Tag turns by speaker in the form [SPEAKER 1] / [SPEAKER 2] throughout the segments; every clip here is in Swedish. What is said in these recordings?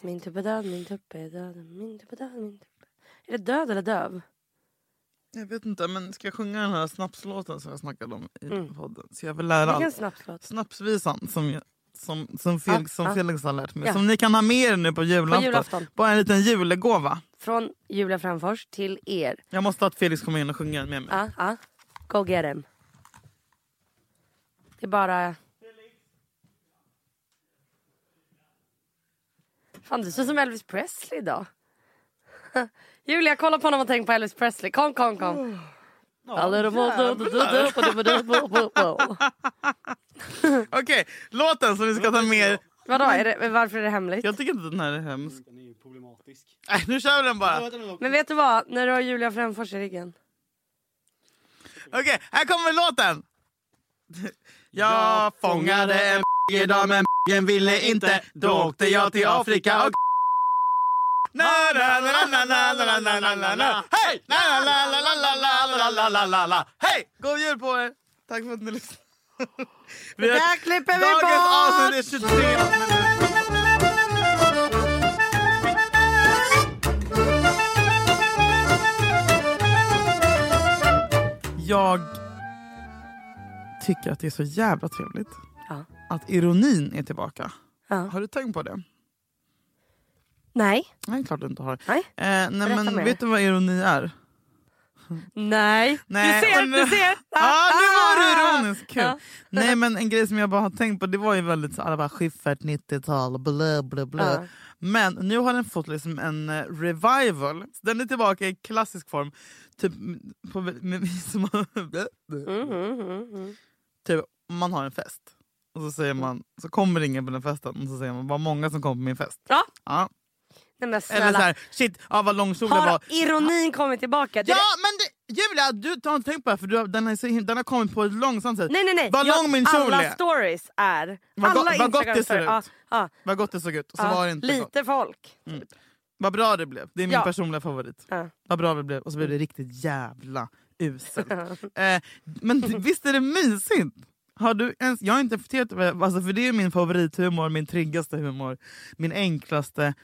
[SPEAKER 1] Min tupp är död, min tupp är död, min tupp är död, min tupp är... Är det död eller döv?
[SPEAKER 2] Jag vet inte, men ska jag sjunga den här snapslåten som jag snackade om i
[SPEAKER 1] Mm.
[SPEAKER 2] podden? Så jag vill lära
[SPEAKER 1] Vilken
[SPEAKER 2] allt.
[SPEAKER 1] snapslåt?
[SPEAKER 2] Snapsvisan som, jag, som, som, Fel,
[SPEAKER 1] Ah,
[SPEAKER 2] som
[SPEAKER 1] ah.
[SPEAKER 2] Felix har lärt mig.
[SPEAKER 1] Ja.
[SPEAKER 2] Som ni kan ha med er nu på
[SPEAKER 1] På
[SPEAKER 2] julafton.
[SPEAKER 1] julafton.
[SPEAKER 2] Bara en liten julegåva.
[SPEAKER 1] Från Julia Framfors till er.
[SPEAKER 2] Jag måste att Felix kommer in och sjunger med mig.
[SPEAKER 1] Ja, ja. Go get him. Det är bara... Fan, du ser ut som Elvis Presley idag. Julia, kolla på honom och tänk på Elvis Presley. Kom, kom, kom. A little more do- do- do- do- do- do- do- do- do.
[SPEAKER 2] Okej, låten som vi ska ta med er.
[SPEAKER 1] Vadå, är det, varför är det hemligt?
[SPEAKER 2] Jag tycker inte den här är hemsk.
[SPEAKER 3] Den är ju problematisk.
[SPEAKER 2] Nej, nu kör vi den bara.
[SPEAKER 1] Men vet du vad, när du har Julia Frändfors i ryggen.
[SPEAKER 2] Okej, här kommer låten! Jag fångade en idag men en ville inte. Då åkte jag till Afrika och na na na na na na na na na na Hej! na na na na na na na na na na na Hej! God jul på er! Tack för att ni lyssnade. Vi
[SPEAKER 1] Det här klipper vi
[SPEAKER 2] Dagens
[SPEAKER 1] bort!
[SPEAKER 2] avsnitt är 23 minuter. Jag tycker att det är så jävla trevligt
[SPEAKER 1] Ja.
[SPEAKER 2] att ironin är tillbaka.
[SPEAKER 1] Ja.
[SPEAKER 2] Har du tänkt på det?
[SPEAKER 1] Nej.
[SPEAKER 2] Nej, klart du inte har.
[SPEAKER 1] Nej.
[SPEAKER 2] Eh, nej
[SPEAKER 1] Berätta
[SPEAKER 2] men
[SPEAKER 1] mer.
[SPEAKER 2] vet du vad ironi är?
[SPEAKER 1] Nej.
[SPEAKER 2] Nej,
[SPEAKER 1] Du ser,
[SPEAKER 2] och
[SPEAKER 1] du
[SPEAKER 2] nu-
[SPEAKER 1] ser.
[SPEAKER 2] Ja, ah, nu var du ironisk! Kul.
[SPEAKER 1] Ja.
[SPEAKER 2] Nej men en grej som jag bara har tänkt på det var ju väldigt så alla bara Schyffert 90-tal, blö blö blö.
[SPEAKER 1] Ja.
[SPEAKER 2] Men nu har den fått liksom en eh, revival. Så den är tillbaka i klassisk form. Typ på, med, med, som,
[SPEAKER 1] Mm, mm, mm, mm.
[SPEAKER 2] typ om man har en fest och så säger man så kommer ingen på den festen och så säger man vad många som kom på min fest.
[SPEAKER 1] Ja.
[SPEAKER 2] Ja.
[SPEAKER 1] Nej men
[SPEAKER 2] Eller så
[SPEAKER 1] snälla.
[SPEAKER 2] här, shit ja, vad lång kjolen
[SPEAKER 1] Har
[SPEAKER 2] var.
[SPEAKER 1] ironin kommit tillbaka? Det är
[SPEAKER 2] Ja men det, Julia du har inte tänkt på det här, för du, har- den, är så, him- den har kommit på ett långsamt sätt.
[SPEAKER 1] det- Nej nej nej.
[SPEAKER 2] Vad
[SPEAKER 1] Jag-
[SPEAKER 2] lång min kjol
[SPEAKER 1] alla
[SPEAKER 2] är.
[SPEAKER 1] stories är...
[SPEAKER 2] Vad go-
[SPEAKER 1] alla
[SPEAKER 2] vad gott
[SPEAKER 1] Instagram
[SPEAKER 2] det ser
[SPEAKER 1] stories- Ja,
[SPEAKER 2] ut.
[SPEAKER 1] ja,
[SPEAKER 2] Vad gott det såg ut. Och så
[SPEAKER 1] ja.
[SPEAKER 2] var det inte gott.
[SPEAKER 1] Lite folk.
[SPEAKER 2] Vad bra det blev. Det är min
[SPEAKER 1] Ja.
[SPEAKER 2] personliga favorit.
[SPEAKER 1] Ja.
[SPEAKER 2] Vad bra det blev. Och så blev det riktigt jävla uselt. eh, men d- visst är det mysigt? Har du ens, jag har inte funderat över alltså för det är min favorithumor, min tryggaste humor, min enklaste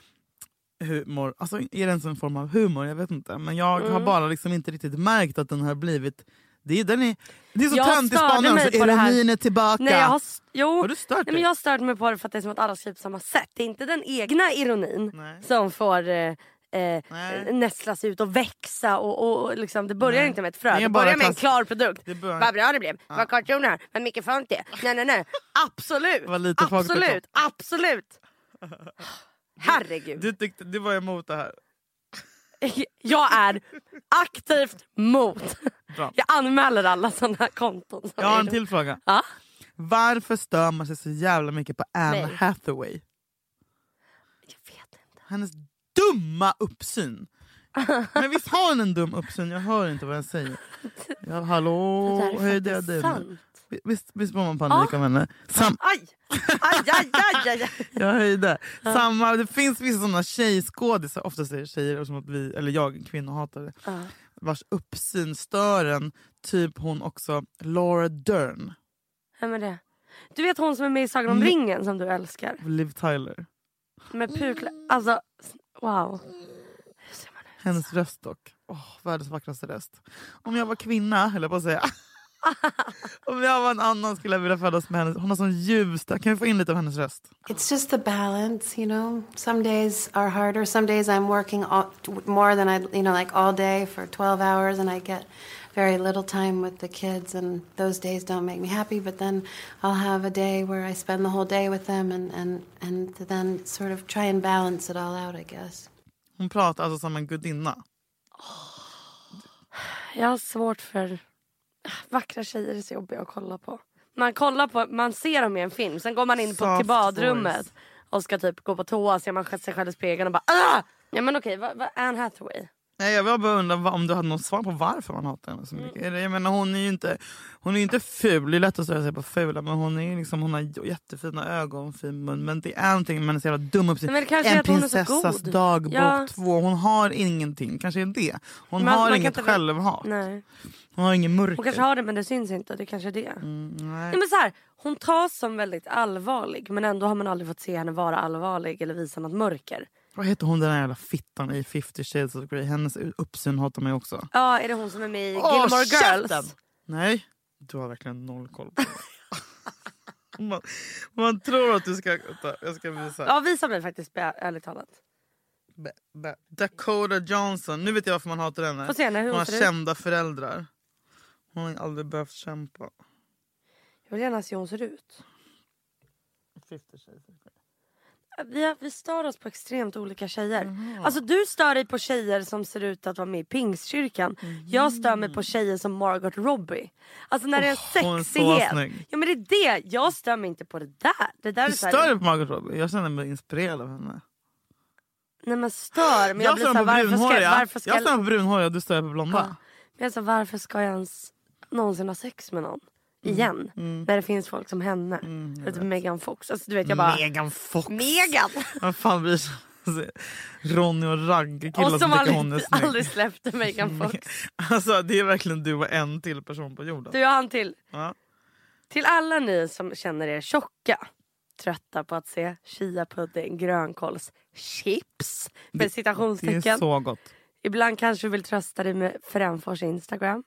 [SPEAKER 2] humor. Alltså är det ens en form av humor? Jag vet inte. Men jag
[SPEAKER 1] Mm.
[SPEAKER 2] har bara liksom inte riktigt märkt att den har blivit... Det är, den är, det är så
[SPEAKER 1] Jag
[SPEAKER 2] tönt i
[SPEAKER 1] störde
[SPEAKER 2] Spanien,
[SPEAKER 1] mig
[SPEAKER 2] så
[SPEAKER 1] på det här.
[SPEAKER 2] ironin är tillbaka.
[SPEAKER 1] Nej, jag har, s- jo.
[SPEAKER 2] Har du stört
[SPEAKER 1] nej,
[SPEAKER 2] dig?
[SPEAKER 1] men jag har stört mig på det för att det är som att alla skriver på samma sätt. Det är inte den egna ironin
[SPEAKER 2] Nej.
[SPEAKER 1] som får eh, eh,
[SPEAKER 2] Nej.
[SPEAKER 1] nästlas ut och växa. Och, och, och liksom, det börjar
[SPEAKER 2] Nej.
[SPEAKER 1] inte med ett frö,
[SPEAKER 2] Det är
[SPEAKER 1] det
[SPEAKER 2] bara
[SPEAKER 1] börjar med en
[SPEAKER 2] klass-
[SPEAKER 1] klar produkt.
[SPEAKER 2] Det börjar-
[SPEAKER 1] Vad bra det blev, vad kort kjolen här, vad mycket font det är. Nej nej nej, absolut!
[SPEAKER 2] Vad lite folk det
[SPEAKER 1] absolut, absolut! Herregud.
[SPEAKER 2] Du, tyckte, du var emot det här.
[SPEAKER 1] Jag är aktivt mot.
[SPEAKER 2] Bra.
[SPEAKER 1] Jag anmäler alla sådana här konton. som
[SPEAKER 2] Jag har
[SPEAKER 1] är-
[SPEAKER 2] en till fråga.
[SPEAKER 1] Ja?
[SPEAKER 2] Varför stör man sig så jävla mycket på Anne
[SPEAKER 1] Nej.
[SPEAKER 2] Hathaway?
[SPEAKER 1] Jag vet inte.
[SPEAKER 2] Hennes dumma uppsyn. Men visst har hon en dum uppsyn? Jag hör inte vad jag säger. Ja, hallå,
[SPEAKER 1] det där
[SPEAKER 2] hej
[SPEAKER 1] är
[SPEAKER 2] det är
[SPEAKER 1] faktiskt
[SPEAKER 2] du.
[SPEAKER 1] sant.
[SPEAKER 2] Vi- Visst, visst får man panik av henne? Sam,
[SPEAKER 1] Aj! Aj, aj, aj, aj, aj.
[SPEAKER 2] jag höjde. Samma, det finns vissa såna tjejskådisar, oftast är det tjejer, och som att vi, eller jag, kvinnohatare,
[SPEAKER 1] Ja.
[SPEAKER 2] vars uppsyn stör en. Typ hon också, Laura Dern,
[SPEAKER 1] Vem är det? Du vet hon som är med i Sagan om
[SPEAKER 2] Mm.
[SPEAKER 1] ringen som du älskar?
[SPEAKER 2] Liv Tyler.
[SPEAKER 1] Med pukla... Alltså, wow. Hur ser man ut?
[SPEAKER 2] Hennes röst dock. Åh, världens vackraste röst. Om jag var kvinna, höll jag på att säga. Om jag var en annan skulle jag vilja födas med hennes. Hon har sån ljus... Kan vi få in lite av hennes röst?
[SPEAKER 4] It's just the balance, you know. Some days are harder. Some days I'm working all, more than I, you know, like all day for 12 hours, and I get very little time with the kids, and those days don't make me happy. But then I'll have a day where I spend the whole day with them, and, and, and then sort of try and balance it all out, I guess.
[SPEAKER 2] Hon pratar alltså som en gudinna.
[SPEAKER 1] Jag har svårt för... ah, Vackra tjejer är så jobbiga att kolla på. Man, kollar på, man ser dem i en film, sen går man in på,
[SPEAKER 2] Soft
[SPEAKER 1] till badrummet
[SPEAKER 2] voice.
[SPEAKER 1] och ska typ gå på toa, ser man sig själv i spegeln och bara ah! Ja men okej, vad vad- Anne Hathaway.
[SPEAKER 2] Nej, jag bara undrar vad- om du hade något svar på varför man hatar henne så
[SPEAKER 1] Mm.
[SPEAKER 2] mycket. Eller, Jag menar, hon är ju inte, hon är ju inte ful, det är lätt att säga sig på fula men hon, är ju liksom, hon har j- jättefina ögon, fin mun. Men det är någonting med hennes jävla dumma uppsyn.
[SPEAKER 1] Nej, men det kanske är
[SPEAKER 2] En
[SPEAKER 1] att hon är så
[SPEAKER 2] prinsessas
[SPEAKER 1] god.
[SPEAKER 2] dagbok
[SPEAKER 1] Ja.
[SPEAKER 2] två. Hon har ingenting, kanske är det. Hon
[SPEAKER 1] Man- man
[SPEAKER 2] har
[SPEAKER 1] kan
[SPEAKER 2] inget
[SPEAKER 1] inte-
[SPEAKER 2] självhat.
[SPEAKER 1] Nej.
[SPEAKER 2] Hon har ingen mörker.
[SPEAKER 1] Hon kanske har det men det syns inte. Det kanske är det.
[SPEAKER 2] Mm, nej.
[SPEAKER 1] Nej, men så här, hon tas som väldigt allvarlig men ändå har man aldrig fått se henne vara allvarlig eller visa något mörker.
[SPEAKER 2] Vad heter hon den där jävla fittan i 50 shades of Grey? Hennes uppsyn hatar mig också.
[SPEAKER 1] Ja, är det hon som är med i
[SPEAKER 2] Åh,
[SPEAKER 1] Gilmore
[SPEAKER 2] käften!
[SPEAKER 1] Girls?
[SPEAKER 2] Nej, du har verkligen noll koll på det. man, man tror att du ska... Vänta, jag ska visa.
[SPEAKER 1] Ja, visa mig faktiskt be- ärligt talat.
[SPEAKER 2] Ba- ba- Dakota Johnson. Nu vet jag varför man hatar henne.
[SPEAKER 1] Få se henne, hur
[SPEAKER 2] hon
[SPEAKER 1] hon
[SPEAKER 2] har
[SPEAKER 1] ser ut.
[SPEAKER 2] kända föräldrar. Hon har aldrig behövt kämpa.
[SPEAKER 1] Jag vill gärna se hur hon ser ut.
[SPEAKER 2] 50 shades of Grey.
[SPEAKER 1] Vi, har, vi stör oss på extremt olika tjejer. Alltså du stör dig på tjejer som ser ut att vara med i pingstkyrkan. Jag stör mig på tjejer som Margot Robbie. Alltså när det är
[SPEAKER 2] Mm. Åh, hon är
[SPEAKER 1] en
[SPEAKER 2] så
[SPEAKER 1] sexighet.
[SPEAKER 2] snygg.
[SPEAKER 1] Ja men det är det. Jag stör mig inte på det där. Det där är
[SPEAKER 2] Du
[SPEAKER 1] så här-
[SPEAKER 2] stör dig på Margot Robbie. Jag känner mig inspirerad av henne.
[SPEAKER 1] Nej men stör. Men jag, blir
[SPEAKER 2] stör
[SPEAKER 1] såhär
[SPEAKER 2] mig på
[SPEAKER 1] varför ska,
[SPEAKER 2] brunhåriga.
[SPEAKER 1] varför ska
[SPEAKER 2] Jag stör mig på brunhåriga och du stör dig på blonda.
[SPEAKER 1] Ja. Men alltså, varför ska jag ens någonsin ha sex med någon?
[SPEAKER 2] Mm.
[SPEAKER 1] Igen. När det finns folk som henne. Mm, typ Megan Fox. Alltså, du vet, jag bara,
[SPEAKER 2] Megan Fox.
[SPEAKER 1] Megan!
[SPEAKER 2] Vad fan blir det? Alltså, Ronny och Ragge killar
[SPEAKER 1] Och
[SPEAKER 2] som
[SPEAKER 1] som
[SPEAKER 2] tycker hon är
[SPEAKER 1] aldrig,
[SPEAKER 2] snygg.
[SPEAKER 1] aldrig släppte Megan Fox.
[SPEAKER 2] Alltså, det är verkligen du och en till person på jorden.
[SPEAKER 1] Du, jag har en till.
[SPEAKER 2] Ja.
[SPEAKER 1] Till alla ni som känner er tjocka. Trötta på att se chiapudding, grönkålschips. Med
[SPEAKER 2] Det är
[SPEAKER 1] citationstecken.
[SPEAKER 2] så gott.
[SPEAKER 1] Ibland kanske du vill trösta dig med Fränfors Instagram.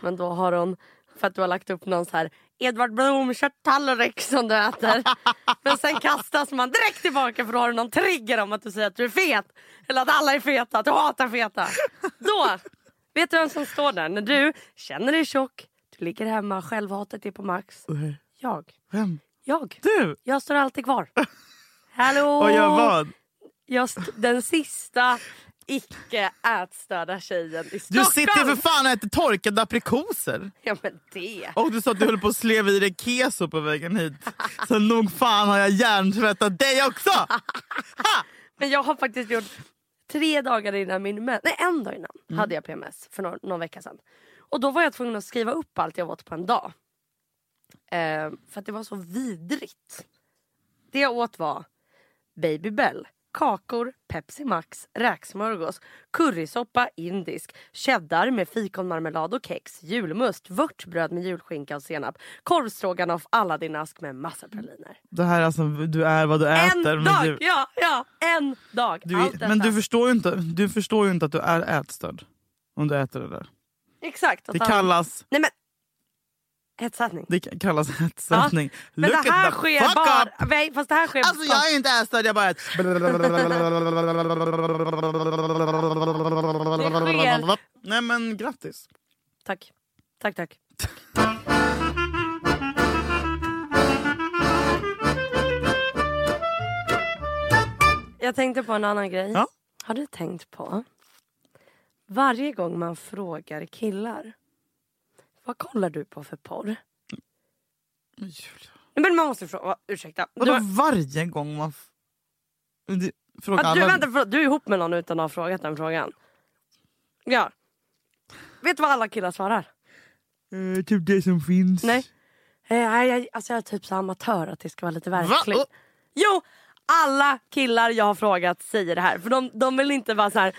[SPEAKER 1] Men då har hon, för att du har lagt upp någon så här Edvard Blom tallrik som du äter. Men sen kastas man direkt tillbaka för då har du någon trigger om att du säger att du är fet. Eller att alla är feta, att du hatar feta. Då, vet du vem som står där? När du känner dig tjock, du ligger hemma, självhatet är på max. Jag.
[SPEAKER 2] Vem?
[SPEAKER 1] Jag.
[SPEAKER 2] Du!
[SPEAKER 1] Jag står alltid kvar. Hallå!
[SPEAKER 2] Och jag vad?
[SPEAKER 1] Jag st- den sista icke ätstörda tjejen i
[SPEAKER 2] Du
[SPEAKER 1] Stockholm.
[SPEAKER 2] sitter för fan och äter torkade aprikoser.
[SPEAKER 1] Ja men det.
[SPEAKER 2] Och du sa att du höll på att sleva i dig keso på vägen hit. Så nog fan har jag hjärntvättat dig också!
[SPEAKER 1] Men jag har faktiskt gjort tre dagar innan min mens. Nej en dag innan hade jag PMS för någon, någon vecka sedan. Och då var jag tvungen att skriva upp allt jag åt på en dag. Eh, för att det var så vidrigt. Det jag åt var Baby Bell, kakor, Pepsi Max, räksmörgås, currysoppa indisk, cheddar med fikonmarmelad och kex, julmust, vörtbröd med julskinka och senap, korvstroganoff, Aladdin-ask med massa praliner.
[SPEAKER 2] Det här är alltså, du är vad du äter.
[SPEAKER 1] en
[SPEAKER 2] men
[SPEAKER 1] dag!
[SPEAKER 2] du,
[SPEAKER 1] Ja, ja, en dag!
[SPEAKER 2] du,
[SPEAKER 1] Allt detta.
[SPEAKER 2] men du förstår, ju inte, du förstår ju inte att du är ätstörd. Om du äter det där.
[SPEAKER 1] Exakt. att
[SPEAKER 2] Det
[SPEAKER 1] han-
[SPEAKER 2] kallas,
[SPEAKER 1] Nej men. Hetsätning.
[SPEAKER 2] det kallas ätstörning.
[SPEAKER 1] Men
[SPEAKER 2] Look
[SPEAKER 1] det
[SPEAKER 2] at
[SPEAKER 1] här
[SPEAKER 2] the
[SPEAKER 1] sker
[SPEAKER 2] fuck up!
[SPEAKER 1] bara... Nej, fast det här sker...
[SPEAKER 2] Alltså jag är inte ätstörd, jag bara äter. Nej men grattis.
[SPEAKER 1] Tack. Tack, tack. Jag tänkte på en annan grej.
[SPEAKER 2] Ja.
[SPEAKER 1] Har du tänkt på? Varje gång man frågar killar. Vad kollar du på för porr? Nej,
[SPEAKER 2] Men Julia.
[SPEAKER 1] Men man måste fråga... Ursäkta. Du,
[SPEAKER 2] Vadå
[SPEAKER 1] har-
[SPEAKER 2] varje gång man... f- Du- Fråga
[SPEAKER 1] Att du,
[SPEAKER 2] alla-
[SPEAKER 1] vänta, förlåt, du är ihop med någon utan att ha frågat den frågan. Ja. Vet du vad alla killar svarar?
[SPEAKER 2] Eh, typ det som finns.
[SPEAKER 1] Nej. Eh, nej, jag, alltså jag är typ så amatör att det ska vara lite verkligt.
[SPEAKER 2] Oh.
[SPEAKER 1] Jo, alla killar jag har frågat säger det här. För de, de vill inte vara så här.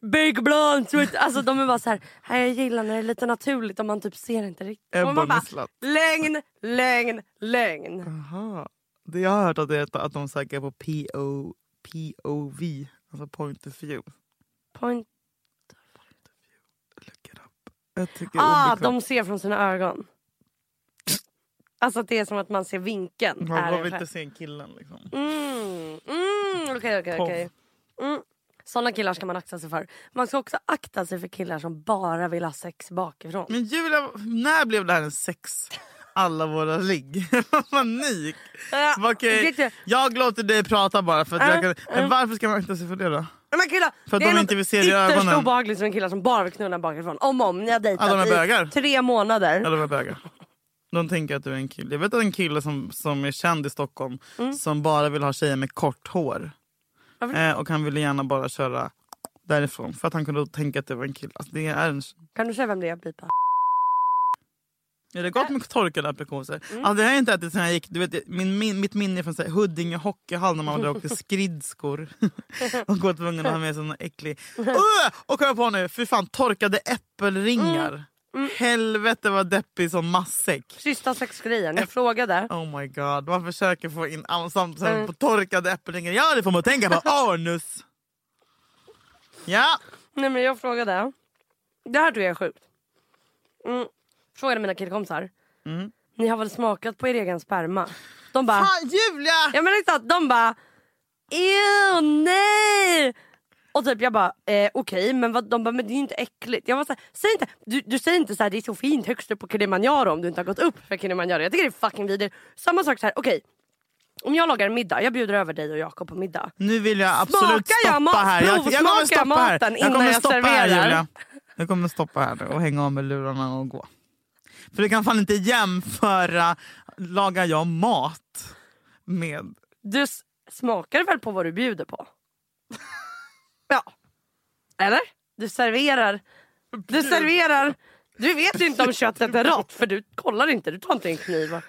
[SPEAKER 1] Big blonde, sweet." alltså de är bara så här, "Nej, jag gillar när det är lite naturligt om man typ ser inte riktigt. Och
[SPEAKER 2] Ebba
[SPEAKER 1] man bara,
[SPEAKER 2] Nisslat.
[SPEAKER 1] lögn, lögn, lögn.
[SPEAKER 2] Aha. Det jag har hört att det heter att de söker på PO, POV, alltså point of view.
[SPEAKER 1] Point.
[SPEAKER 2] Look it up. Jag tycker det är
[SPEAKER 1] Ah,
[SPEAKER 2] obekvämt.
[SPEAKER 1] de ser från sina ögon. Alltså att det är som att man ser vinkeln.
[SPEAKER 2] Man
[SPEAKER 1] är
[SPEAKER 2] vill
[SPEAKER 1] ungefär.
[SPEAKER 2] inte se killen liksom.
[SPEAKER 1] Mm, mm, okej, okej,
[SPEAKER 2] Poff.
[SPEAKER 1] okej. Mm. Sådana killar ska man akta sig för. Man ska också akta sig för killar som bara vill ha sex bakifrån.
[SPEAKER 2] Men Julia, när blev det här en sex? Alla våra ligg. Vad Panik.
[SPEAKER 1] Äh,
[SPEAKER 2] Okej,
[SPEAKER 1] det-
[SPEAKER 2] Jag låter dig prata bara. För att jag kan... Men varför ska man akta sig för det då?
[SPEAKER 1] Men killar,
[SPEAKER 2] För att
[SPEAKER 1] det är
[SPEAKER 2] de
[SPEAKER 1] något
[SPEAKER 2] inte vill se det i
[SPEAKER 1] ytterst
[SPEAKER 2] ögonen.
[SPEAKER 1] obehagligt som killar som bara vill knulla bakifrån. Om och om, ni har dejtat
[SPEAKER 2] Ja, de är bögar.
[SPEAKER 1] i tre månader.
[SPEAKER 2] Eller vad bögar. De tänker att du är en kille. Jag vet att en kille som, som är känd i Stockholm som bara vill ha tjejer med kort hår.
[SPEAKER 1] Varför?
[SPEAKER 2] Eh, och han ville gärna bara köra därifrån för att han kunde tänka att det var en kille. Alltså, det är en...
[SPEAKER 1] Kan du säga vem det är? Bipa.
[SPEAKER 2] Är det gott med torkade aprikoser? Alltså, det har jag inte ätit sen jag gick. Du vet, min, min, mitt minne är från så här, Huddinge hockeyhall när man var där och åkte skridskor. och var tvungen att ha med sig någon äcklig... Öh! Och kom jag på nu, fy fan, torkade äppelringar. Helvete vad deppig som massäck.
[SPEAKER 1] Sista sexgrejen. Jag frågade.
[SPEAKER 2] Oh my god, man försöker få in samtal på torkade äppelringar. Ja, det får man tänka på. Arnus! Ja,
[SPEAKER 1] Nej men jag frågade. Det här tror jag är sjukt. Mm. Frågade mina killkompisar. Ni har väl smakat på er egen sperma? De bara.
[SPEAKER 2] fan Julia!
[SPEAKER 1] Ja men exakt. De bara. Ew nej! Och typ jag bara eh, okej men vad, de bara men det är ju inte äckligt. Jag var så här, säg inte, du, du säger inte så här det är så fint högst upp på Kilimanjaro om du inte har gått upp för Kilimanjaro. Jag tycker det är fucking vidrigt. Samma sak så här okej. Om jag lagar en middag, jag bjuder över dig och Jakob på middag.
[SPEAKER 2] Nu vill jag absolut
[SPEAKER 1] Smakar jag
[SPEAKER 2] stoppa
[SPEAKER 1] mat-
[SPEAKER 2] här. Jag, jag kommer
[SPEAKER 1] provsmakar
[SPEAKER 2] stoppa här.
[SPEAKER 1] maten
[SPEAKER 2] Jag kommer
[SPEAKER 1] innan jag
[SPEAKER 2] stoppa här
[SPEAKER 1] serverar.
[SPEAKER 2] Julia. Jag kommer stoppa här och hänga av med lurarna och gå. För du kan fan inte jämföra lagar jag mat med...
[SPEAKER 1] Du s- smakar väl på vad du bjuder på? ja. Eller? Du serverar. Du serverar. Du vet ju inte om köttet är rått för du kollar inte. Du tar inte en kniv. och-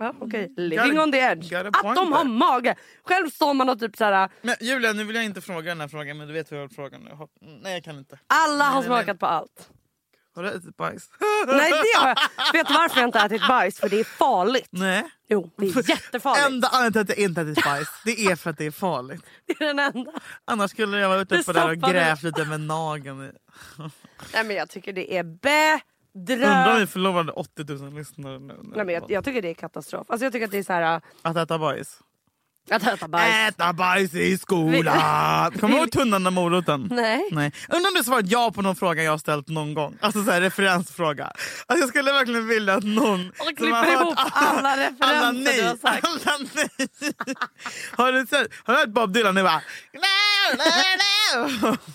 [SPEAKER 1] Ja, Okej, living
[SPEAKER 2] Mm. Got a-
[SPEAKER 1] on the edge.
[SPEAKER 2] got a
[SPEAKER 1] Att de
[SPEAKER 2] point
[SPEAKER 1] har
[SPEAKER 2] there.
[SPEAKER 1] mage. Själv står man och typ såhär,
[SPEAKER 2] Men Julia, nu vill jag inte fråga den här frågan men du vet hur jag vill fråga nu. Hopp- Nej jag kan inte.
[SPEAKER 1] alla har
[SPEAKER 2] Nej, nej, nej.
[SPEAKER 1] smakat på allt.
[SPEAKER 2] Har du ätit bajs?
[SPEAKER 1] Nej det har jag. Vet du varför jag inte har ätit bajs? För det är farligt.
[SPEAKER 2] Nej.
[SPEAKER 1] Jo, det är jättefarligt.
[SPEAKER 2] Enda anledningen till att jag inte ätit bajs det är för att det är farligt.
[SPEAKER 1] Det är den enda.
[SPEAKER 2] Annars skulle jag vara ute
[SPEAKER 1] Du
[SPEAKER 2] på det här och
[SPEAKER 1] stoppade-
[SPEAKER 2] grävt lite med nageln. i.
[SPEAKER 1] Nej men jag tycker det är
[SPEAKER 2] Undrar om
[SPEAKER 1] bedrövligt.
[SPEAKER 2] vi förlorade 80 000 lyssnare nu.
[SPEAKER 1] Nej, men jag, jag tycker det är katastrof. Alltså jag tycker att det är så här...
[SPEAKER 2] Att äta bajs.
[SPEAKER 1] Att äta bajs.
[SPEAKER 2] Äta bajs i skolan! Kommer du ihåg tunnan och moroten?
[SPEAKER 1] Nej.
[SPEAKER 2] Nej. Undrar om du svarat ja på någon fråga jag har ställt någon gång. Alltså så här, referensfråga. Alltså, jag skulle verkligen vilja att någon...
[SPEAKER 1] Och
[SPEAKER 2] som har
[SPEAKER 1] klipper ihop
[SPEAKER 2] hört-
[SPEAKER 1] alla
[SPEAKER 2] alla
[SPEAKER 1] referenser
[SPEAKER 2] nej.
[SPEAKER 1] du har sagt.
[SPEAKER 2] Alla nej. har, du sett, har du hört Bob Dylan nu bara... Nej, nej, nej.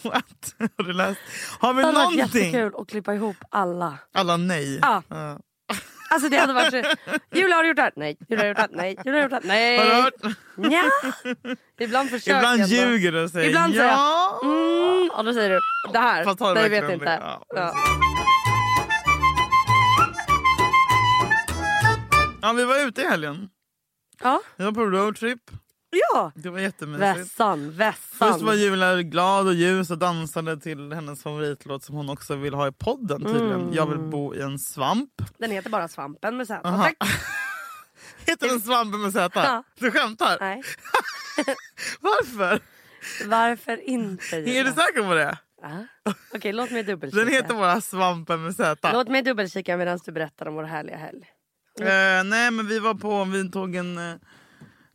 [SPEAKER 2] What? Har du läst? Har vi
[SPEAKER 1] Det hade varit
[SPEAKER 2] någonting?
[SPEAKER 1] jättekul att klippa ihop alla.
[SPEAKER 2] Alla nej.
[SPEAKER 1] Ja.
[SPEAKER 2] Ja.
[SPEAKER 1] Alltså det hade varit så... Julia har du gjort det här? Nej. Julia har du gjort det här? Nej. Julia har du gjort det här? Nej.
[SPEAKER 2] Har du hört?
[SPEAKER 1] Nja. Ibland försöker
[SPEAKER 2] Ibland
[SPEAKER 1] jag. Eh, ändå.
[SPEAKER 2] ljuger du och säger
[SPEAKER 1] Ibland
[SPEAKER 2] ja.
[SPEAKER 1] säger jag mm, och då säger du det här.
[SPEAKER 2] Fast har du
[SPEAKER 1] Nej, jag vet
[SPEAKER 2] verkligen
[SPEAKER 1] inte.
[SPEAKER 2] det? Ja,
[SPEAKER 1] Ja.
[SPEAKER 2] Ja, vi var ute i helgen.
[SPEAKER 1] Ja.
[SPEAKER 2] Vi var på roadtrip.
[SPEAKER 1] ja.
[SPEAKER 2] Det var jättemysigt.
[SPEAKER 1] Vässan,
[SPEAKER 2] Först var
[SPEAKER 1] vässan.
[SPEAKER 2] Julia glad och ljus och dansade till hennes favoritlåt som hon också vill ha i podden tydligen.
[SPEAKER 1] Mm.
[SPEAKER 2] Jag vill bo i en svamp.
[SPEAKER 1] Den heter bara Svampen med Z.
[SPEAKER 2] Aha.
[SPEAKER 1] Tack.
[SPEAKER 2] Heter den Svampen med Z?
[SPEAKER 1] Ja.
[SPEAKER 2] Du skämtar?
[SPEAKER 1] Nej.
[SPEAKER 2] Varför?
[SPEAKER 1] Varför inte? Julia?
[SPEAKER 2] Är du säker på det?
[SPEAKER 1] Ja. Okej, låt mig dubbelkika.
[SPEAKER 2] Den heter bara Svampen med Z.
[SPEAKER 1] Låt mig dubbelkika medan du berättar om vår härliga helg.
[SPEAKER 2] Eh, nej men vi var på, vi tog en, eh,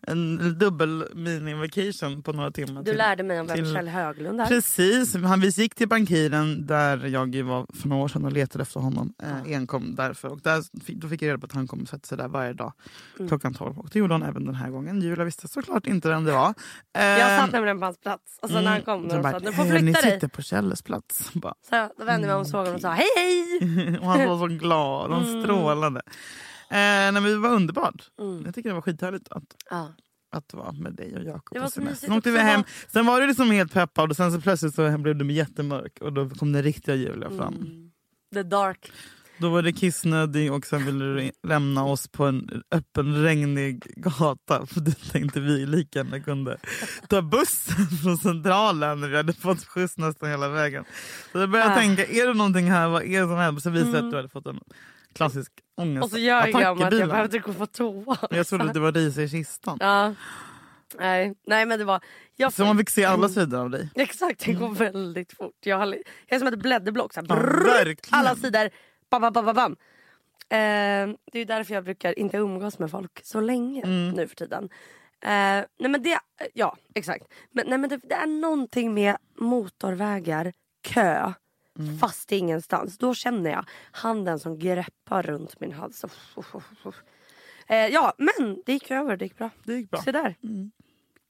[SPEAKER 2] en dubbel mini vacation på några timmar.
[SPEAKER 1] Du
[SPEAKER 2] till-
[SPEAKER 1] lärde mig om vem
[SPEAKER 2] till-
[SPEAKER 1] Kjell Höglund är.
[SPEAKER 2] Precis, han, vi gick till bankiren där jag ju var för några år sedan och letade efter honom. Eh, enkom därför. Och där, fick- då fick jag reda på att han kommer sätta sig där varje dag
[SPEAKER 1] Mm.
[SPEAKER 2] klockan 12. Och det gjorde han även den här gången. Julia visste såklart inte vem det var. Eh,
[SPEAKER 1] Jag satt nämligen på hans plats och sen när han kom och
[SPEAKER 2] mm. så
[SPEAKER 1] de sa
[SPEAKER 2] bara,
[SPEAKER 1] att du får
[SPEAKER 2] "Eh, Ni
[SPEAKER 1] flytta dig.
[SPEAKER 2] sitter Mm. på Kjelles plats. Bara,
[SPEAKER 1] Så jag vände mig om och såg honom och sa hej hej.
[SPEAKER 2] och han var så glad, han
[SPEAKER 1] Mm.
[SPEAKER 2] strålade. Eh, nej, men det var underbart. Jag tycker det var skithärligt att
[SPEAKER 1] Ja.
[SPEAKER 2] att vara med dig och Jakob
[SPEAKER 1] Det
[SPEAKER 2] på
[SPEAKER 1] var så
[SPEAKER 2] semester.
[SPEAKER 1] mysigt
[SPEAKER 2] Sen åkte vi
[SPEAKER 1] också.
[SPEAKER 2] hem. Sen var du liksom helt peppad och sen så plötsligt så blev du jättemörk och då kom den riktiga Julia fram.
[SPEAKER 1] Mm. The dark.
[SPEAKER 2] Då var det kissnödig och sen ville du lämna oss på en öppen regnig gata för du tänkte vi lika gärna kunde ta bussen från centralen när vi hade fått skjuts nästan hela vägen. Så jag började
[SPEAKER 1] Ah. Mm.
[SPEAKER 2] tänka, är det någonting här? Vad är det som händer? Så visade det att du hade fått en klassisk
[SPEAKER 1] Och så gör jag
[SPEAKER 2] ångestattack
[SPEAKER 1] om att
[SPEAKER 2] i
[SPEAKER 1] jag
[SPEAKER 2] bilen.
[SPEAKER 1] behövde gå på toa.
[SPEAKER 2] Jag trodde att det var ris i kistan.
[SPEAKER 1] Ja. Nej. Nej men det var... Jag
[SPEAKER 2] Så man fick se alla sidor av dig.
[SPEAKER 1] Exakt, det går väldigt fort. Jag, har... li- jag är som ett blädderblock. Så här,
[SPEAKER 2] Ja,
[SPEAKER 1] brrrr,
[SPEAKER 2] verkligen.
[SPEAKER 1] alla sidor. Bam, bam, bam, bam, bam. Eh, det är ju därför jag brukar inte umgås med folk så länge nu för tiden. Eh, nej men det, ja exakt. Men, nej men det, det är någonting med motorvägar, kö, fast ingenstans. Då känner jag handen som greppar runt min hals. Uff, uff, uff, uff. Eh, ja men det gick över, det gick bra.
[SPEAKER 2] Det gick bra.
[SPEAKER 1] Se där.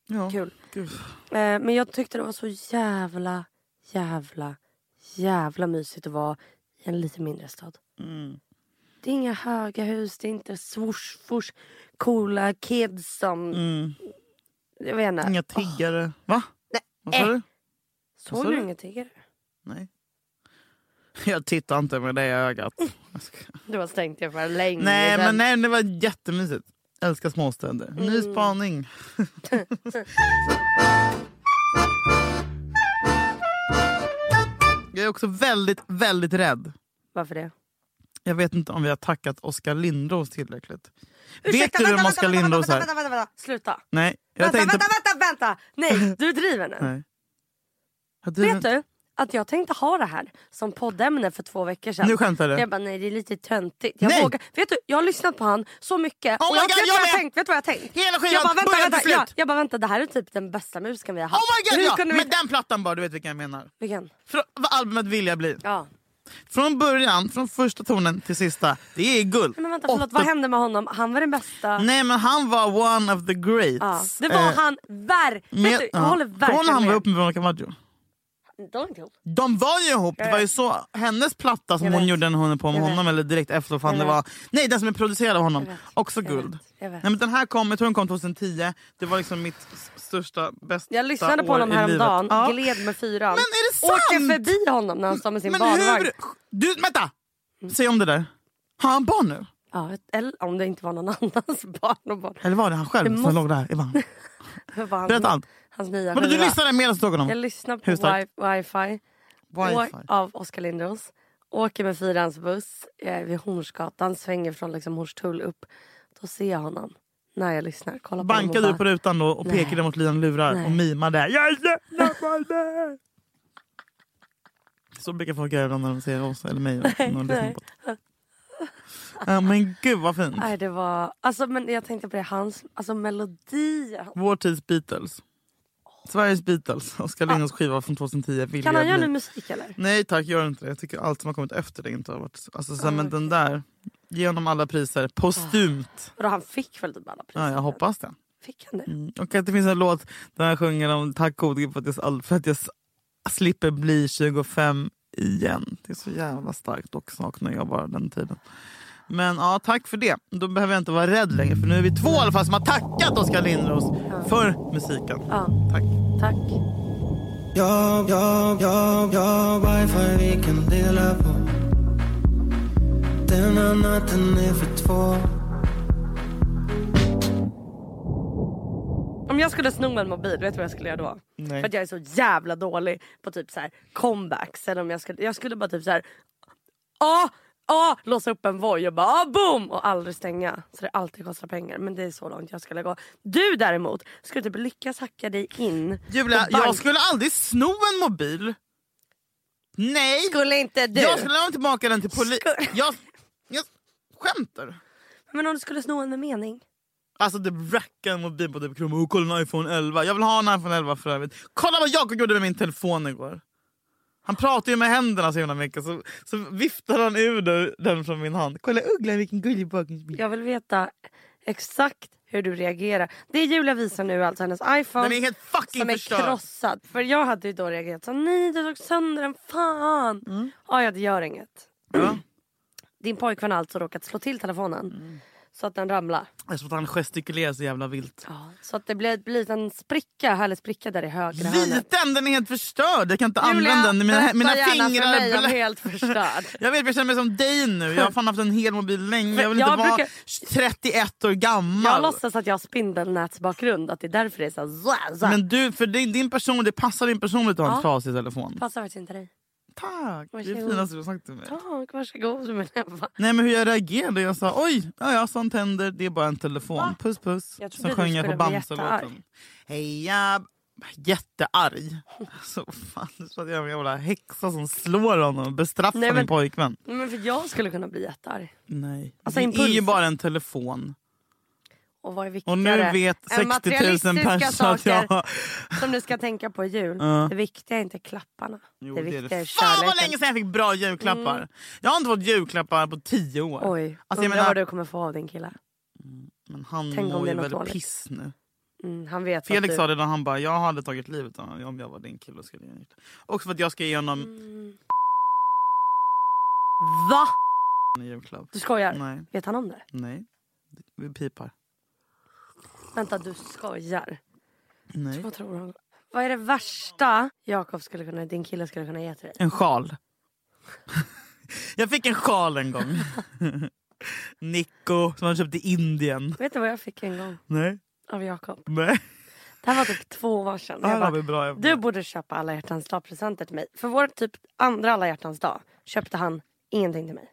[SPEAKER 2] Ja.
[SPEAKER 1] Kul.
[SPEAKER 2] Gud.
[SPEAKER 1] Eh, men jag tyckte det var så jävla, jävla, jävla mysigt att vara i en lite mindre stad.
[SPEAKER 2] Mm.
[SPEAKER 1] Det är inga höga hus, det är inte swoosh, swoosh, coola
[SPEAKER 2] Mm.
[SPEAKER 1] kids som... Jag vet inte.
[SPEAKER 2] Inga tiggare. Va? Vad sa
[SPEAKER 1] Eh.
[SPEAKER 2] du?
[SPEAKER 1] Såg
[SPEAKER 2] sa
[SPEAKER 1] du
[SPEAKER 2] du?
[SPEAKER 1] ingen tiggare?
[SPEAKER 2] Nej. Jag tittar inte med det ögat. Jag ska-
[SPEAKER 1] Du har stängt Mm. det för länge
[SPEAKER 2] Nej,
[SPEAKER 1] sedan.
[SPEAKER 2] men nej, det var jättemysigt. Älskar småstäder. Ny
[SPEAKER 1] Mm.
[SPEAKER 2] spaning. Jag är också väldigt, väldigt rädd.
[SPEAKER 1] Varför det?
[SPEAKER 2] Jag vet inte om vi har tackat Oskar Lindros tillräckligt. vet
[SPEAKER 1] Ursäkta,
[SPEAKER 2] du vem
[SPEAKER 1] vänta,
[SPEAKER 2] Oskar
[SPEAKER 1] vänta,
[SPEAKER 2] Lindros
[SPEAKER 1] vänta,
[SPEAKER 2] är?
[SPEAKER 1] vänta, vänta, vänta. Sluta.
[SPEAKER 2] Nej, jag
[SPEAKER 1] vänta,
[SPEAKER 2] tänkte...
[SPEAKER 1] vänta, vänta, vänta! Nej, du driver nu.
[SPEAKER 2] Nej. Har du-
[SPEAKER 1] Vet du att jag tänkte ha det här som poddämne för två veckor sedan.
[SPEAKER 2] Nu skämtar du.
[SPEAKER 1] Jag bara, nej det är lite töntigt. Jag
[SPEAKER 2] Nej.
[SPEAKER 1] vågar. Vet du, jag har lyssnat på han så mycket.
[SPEAKER 2] Oh
[SPEAKER 1] och
[SPEAKER 2] my
[SPEAKER 1] jag,
[SPEAKER 2] God,
[SPEAKER 1] vet,
[SPEAKER 2] jag
[SPEAKER 1] vad
[SPEAKER 2] med.
[SPEAKER 1] jag tänkt, vet du vad jag tänkt?
[SPEAKER 2] Hela skivan,
[SPEAKER 1] jag bara, vänta,
[SPEAKER 2] början till
[SPEAKER 1] vänta,
[SPEAKER 2] slut.
[SPEAKER 1] jag, jag bara, vänta, det här är typ den bästa musiken vi har haft.
[SPEAKER 2] Oh my god,
[SPEAKER 1] Hur
[SPEAKER 2] ja!
[SPEAKER 1] kunde vi
[SPEAKER 2] Men
[SPEAKER 1] inte...
[SPEAKER 2] den plattan bara, du vet vilken jag menar.
[SPEAKER 1] Vilken?
[SPEAKER 2] Från, vad albumet vill jag bli.
[SPEAKER 1] Ja.
[SPEAKER 2] Från början, från första tonen till sista. Det är guld.
[SPEAKER 1] Nej, men vänta, förlåt, vad hände med honom? Han var den bästa.
[SPEAKER 2] Nej men han var one of the
[SPEAKER 1] Ja.
[SPEAKER 2] greats.
[SPEAKER 1] Det var
[SPEAKER 2] Eh,
[SPEAKER 1] han ver... vet du, jag
[SPEAKER 2] ja.
[SPEAKER 1] håller
[SPEAKER 2] Kommer du ihåg
[SPEAKER 1] verkligen
[SPEAKER 2] när han var
[SPEAKER 1] med.
[SPEAKER 2] uppe med Veronica Maggio?
[SPEAKER 1] De är inte ihop.
[SPEAKER 2] De var ju ihop! Det var ju så, hennes platta som
[SPEAKER 1] Jag
[SPEAKER 2] hon
[SPEAKER 1] vet.
[SPEAKER 2] gjorde när hon är på med
[SPEAKER 1] Jag vet.
[SPEAKER 2] honom, eller direkt efter vad fan
[SPEAKER 1] Jag
[SPEAKER 2] det
[SPEAKER 1] vet.
[SPEAKER 2] var. Nej den som är producerad av honom,
[SPEAKER 1] Jag vet.
[SPEAKER 2] också
[SPEAKER 1] Jag
[SPEAKER 2] guld.
[SPEAKER 1] vet. Jag vet.
[SPEAKER 2] Nej, men den här kom, jag tror den kom 2010, det var liksom mitt s- största, bästa
[SPEAKER 1] Jag lyssnade på
[SPEAKER 2] år
[SPEAKER 1] honom
[SPEAKER 2] i livet.
[SPEAKER 1] häromdagen,
[SPEAKER 2] Ja.
[SPEAKER 1] gled med fyran.
[SPEAKER 2] Men är det sant?
[SPEAKER 1] Åker förbi honom när han står med sin
[SPEAKER 2] Men
[SPEAKER 1] barnvagn. Mm.
[SPEAKER 2] hur? Du, vänta! Säg om det där. Har han barn nu?
[SPEAKER 1] Ja, ett- eller om det inte var någon annans barn. Och barn.
[SPEAKER 2] Eller var det han själv
[SPEAKER 1] Det
[SPEAKER 2] som
[SPEAKER 1] måste-
[SPEAKER 2] låg där i vagn?
[SPEAKER 1] Hur var han-
[SPEAKER 2] Berätta allt.
[SPEAKER 1] Hans nya
[SPEAKER 2] Vadå, du
[SPEAKER 1] skiva.
[SPEAKER 2] lyssnade medan du såg honom?
[SPEAKER 1] Jag lyssnar på
[SPEAKER 2] Hur starkt?
[SPEAKER 1] wi- wifi.
[SPEAKER 2] Wifi.
[SPEAKER 1] Å- av Oskar Lindros. Åker med fyrans buss eh, vid Hornsgatan, svänger från liksom Hornstull upp. Då ser jag honom när jag lyssnar. Kollar på honom och
[SPEAKER 2] Bankade du
[SPEAKER 1] bara,
[SPEAKER 2] på rutan då och
[SPEAKER 1] Nej.
[SPEAKER 2] pekade mot Lian Lurar
[SPEAKER 1] Nej.
[SPEAKER 2] och mimade. Jag lämnar på dig." Så brukar folk göra ibland när de ser oss eller mig. när de lyssnar
[SPEAKER 1] nej.
[SPEAKER 2] på det. Ja, men gud vad fint.
[SPEAKER 1] Nej, det var... Alltså, men jag tänkte på det, hans alltså, melodi.
[SPEAKER 2] Vår tids Beatles. Sveriges Beatles. Oskar Lindros skiva från 2010. Vill
[SPEAKER 1] Kan
[SPEAKER 2] jag
[SPEAKER 1] han göra
[SPEAKER 2] bli.
[SPEAKER 1] nu musik eller?
[SPEAKER 2] Nej tack, gör inte det. Jag tycker allt som har kommit efter det inte har varit... så- Alltså, så, här,
[SPEAKER 1] Ah,
[SPEAKER 2] men den där, ge honom alla priser. Postumt.
[SPEAKER 1] Vadå, han fick väl typ alla priser?
[SPEAKER 2] Ja, jag hoppas det.
[SPEAKER 1] Fick han det?
[SPEAKER 2] Mm. Och att det finns en låt där han sjunger om tack gode gud för att jag, all- för att jag s- slipper bli 25 igen. Det är så jävla starkt och saknar jag bara den tiden. Men ja, tack för det. Då behöver jag inte vara rädd längre för nu är vi två i alla fall som har tackat Oskar Lindros för musiken.
[SPEAKER 1] Ja,
[SPEAKER 2] Tack.
[SPEAKER 1] tack.
[SPEAKER 3] Jag, jag, jag, jag wifi vi kan dela på Den här natten är för två
[SPEAKER 1] Om jag skulle sno en mobil, vet du vad jag skulle göra då?
[SPEAKER 2] Nej.
[SPEAKER 1] För att jag är så jävla dålig på typ så här comebacks. Eller om jag, skulle, jag skulle bara typ så här... Ah, ah, låsa upp en voj och bara ah, boom! Och aldrig stänga. Så det alltid kostar pengar. Men det är så långt jag skulle gå. Du däremot skulle typ lyckas hacka dig in.
[SPEAKER 2] Julia,
[SPEAKER 1] på bank-
[SPEAKER 2] jag skulle aldrig sno en mobil. Nej,
[SPEAKER 1] Skulle inte du?
[SPEAKER 2] jag skulle lämna tillbaka den till polisen.
[SPEAKER 1] Skulle-
[SPEAKER 2] Jag, jag, skämtar du?
[SPEAKER 1] Men om du skulle sno en med mening?
[SPEAKER 2] Alltså det rackar en mobil på typ Chrome. Och kolla en iPhone 11. Jag vill ha en iPhone 11 för övrigt. Kolla vad Jakob gjorde med min telefon igår. Han pratar ju med händerna så himla mycket. Så, så viftar han ur den- den från min hand. Kolla ugglan vilken gullig bakgrundsbild.
[SPEAKER 1] Jag vill veta exakt hur du reagerar. Det Julia visar nu alltså hennes iPhone.
[SPEAKER 2] Den är helt fucking
[SPEAKER 1] som är
[SPEAKER 2] förstörd.
[SPEAKER 1] krossad. För jag hade ju då reagerat så nej du tog sönder den, fan.
[SPEAKER 2] Mm.
[SPEAKER 1] Ja, ja det gör inget.
[SPEAKER 2] Ja.
[SPEAKER 1] Din pojkvän har alltså råkat slå till telefonen
[SPEAKER 2] Mm.
[SPEAKER 1] så att den ramlar.
[SPEAKER 2] Eftersom att han gestikulerar så jävla vilt.
[SPEAKER 1] Så att det blir en liten spricka, härlig spricka där i högra hörnet.
[SPEAKER 2] Liten! Den är helt förstörd. Jag kan inte använda den. Mina,
[SPEAKER 1] berätta
[SPEAKER 2] mina
[SPEAKER 1] gärna
[SPEAKER 2] fingrar
[SPEAKER 1] för mig, jag är
[SPEAKER 2] blä-
[SPEAKER 1] helt förstörd.
[SPEAKER 2] Jag vet, jag känner mig som dig nu. Jag har fan haft en hel mobil länge. Jag vill
[SPEAKER 1] Jag
[SPEAKER 2] inte vara
[SPEAKER 1] brukar-
[SPEAKER 2] 31 år gammal.
[SPEAKER 1] Jag låtsas att jag har spindelnätsbakgrund, att det är därför det är så här, zah, zah.
[SPEAKER 2] Men du, för din, din person, det passar din personlighet att ha
[SPEAKER 1] Ja.
[SPEAKER 2] en trasig telefon.
[SPEAKER 1] Passar faktiskt inte dig.
[SPEAKER 2] Tack! Det är det
[SPEAKER 1] Varsågod.
[SPEAKER 2] finaste du har sagt till mig.
[SPEAKER 1] Tack, varsågod. Men jag bara-
[SPEAKER 2] Nej men hur jag reagerade, jag sa oj, ja, ja, sånt händer, det är bara en telefon. Puss puss.
[SPEAKER 1] Jag trodde
[SPEAKER 2] Sen
[SPEAKER 1] du
[SPEAKER 2] sjöng jag på
[SPEAKER 1] skulle bli
[SPEAKER 2] Bamse-låten.
[SPEAKER 1] jättearg.
[SPEAKER 2] Heja! Jättearg. Alltså fan, det är som att jag är en jävla häxa som slår honom och bestraffar
[SPEAKER 1] Nej, men-
[SPEAKER 2] min pojkvän.
[SPEAKER 1] Men för jag skulle kunna bli jättearg.
[SPEAKER 2] Nej.
[SPEAKER 1] Alltså,
[SPEAKER 2] det är ju
[SPEAKER 1] impulser.
[SPEAKER 2] bara en telefon.
[SPEAKER 1] Och vad är viktigare
[SPEAKER 2] Och nu vet
[SPEAKER 1] än
[SPEAKER 2] 60 000
[SPEAKER 1] materialistiska
[SPEAKER 2] personer att jag...
[SPEAKER 1] saker som du ska tänka på i jul. Det viktiga är inte klapparna.
[SPEAKER 2] Jo,
[SPEAKER 1] det
[SPEAKER 2] är
[SPEAKER 1] viktiga är,
[SPEAKER 2] Fan
[SPEAKER 1] kärleken. Mm.
[SPEAKER 2] vad länge sedan jag fick bra julklappar. Jag har inte fått julklappar på tio år.
[SPEAKER 1] Oj,
[SPEAKER 2] Alltså, jag
[SPEAKER 1] undrar
[SPEAKER 2] menar,
[SPEAKER 1] vad du kommer få av din kille.
[SPEAKER 2] Men han
[SPEAKER 1] Tänk om
[SPEAKER 2] mår
[SPEAKER 1] det
[SPEAKER 2] ju
[SPEAKER 1] är något
[SPEAKER 2] väldigt
[SPEAKER 1] dåligt.
[SPEAKER 2] piss nu.
[SPEAKER 1] Mm, han vet
[SPEAKER 2] Felix sa
[SPEAKER 1] att
[SPEAKER 2] det när han bara, jag hade tagit livet av honom om jag var din kille. och Skulle jag inte. Också för att jag ska ge honom
[SPEAKER 1] du... Mm. Va?
[SPEAKER 2] en julklapp.
[SPEAKER 1] Du skojar?
[SPEAKER 2] Nej,
[SPEAKER 1] Vet han om det?
[SPEAKER 2] nej. Vi pipar.
[SPEAKER 1] Vänta, du skojar?
[SPEAKER 2] Nej.
[SPEAKER 1] Vad tror han? Vad är det värsta Jakob skulle kunna, din kille skulle kunna ge till dig?
[SPEAKER 2] En sjal. jag fick en sjal en gång. Nico som han köpte i Indien.
[SPEAKER 1] Vet du vad jag fick en gång
[SPEAKER 2] Nej.
[SPEAKER 1] av Jakob?
[SPEAKER 2] Nej.
[SPEAKER 1] Det här var typ två år sedan.
[SPEAKER 2] Det här
[SPEAKER 1] Jag bara,
[SPEAKER 2] var väl bra.
[SPEAKER 1] du borde köpa alla hjärtans dag presenter till mig. För vår typ andra alla hjärtans dag köpte han ingenting till mig.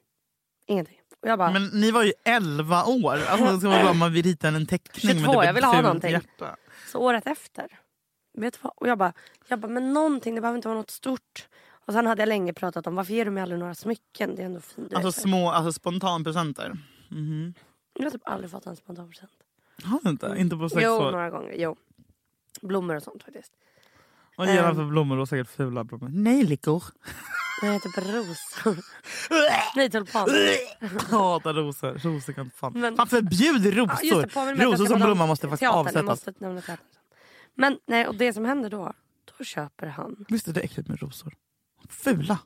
[SPEAKER 1] Ingenting. Och jag bara,
[SPEAKER 2] Men ni var ju 11 år. Alltså, det ska vara bra om man vill rita en teckning
[SPEAKER 1] 22,
[SPEAKER 2] med typ
[SPEAKER 1] jag
[SPEAKER 2] ett
[SPEAKER 1] vill ha
[SPEAKER 2] fult
[SPEAKER 1] någonting.
[SPEAKER 2] hjärta.
[SPEAKER 1] Så året efter. Vet du vad? Och jag bara, jag bara, men någonting, det behöver inte vara något stort. Och sen hade jag länge pratat om varför ger du mig aldrig några smycken? Det är ändå fint. Du
[SPEAKER 2] Alltså
[SPEAKER 1] vet, så här.
[SPEAKER 2] små alltså, spontanpresenter. Mhm.
[SPEAKER 1] jag har typ aldrig fått en spontan present.
[SPEAKER 2] Har du inte? Inte på sex
[SPEAKER 1] Jo,
[SPEAKER 2] år?
[SPEAKER 1] några gånger. Jo. Blommor och sånt faktiskt.
[SPEAKER 2] Vad ger han
[SPEAKER 1] Ehm.
[SPEAKER 2] för blommor? Och säkert fula blommor. Nejlikor.
[SPEAKER 1] Nej, typ rosor. Nej, tulpan.
[SPEAKER 2] Jag hatar rosor. Rosor kan fan...
[SPEAKER 1] Men-
[SPEAKER 2] Fan förbjud rosor!
[SPEAKER 1] Ja, just det, påminn mig att jag ska
[SPEAKER 2] rosor Alltså, som
[SPEAKER 1] prata om
[SPEAKER 2] blommar måste faktiskt
[SPEAKER 1] teatern. Jag
[SPEAKER 2] avsättas.
[SPEAKER 1] måste nämna teatern sen. Men nej, och det som händer då, då köper han.
[SPEAKER 2] Visst är det äckligt med rosor? Fula.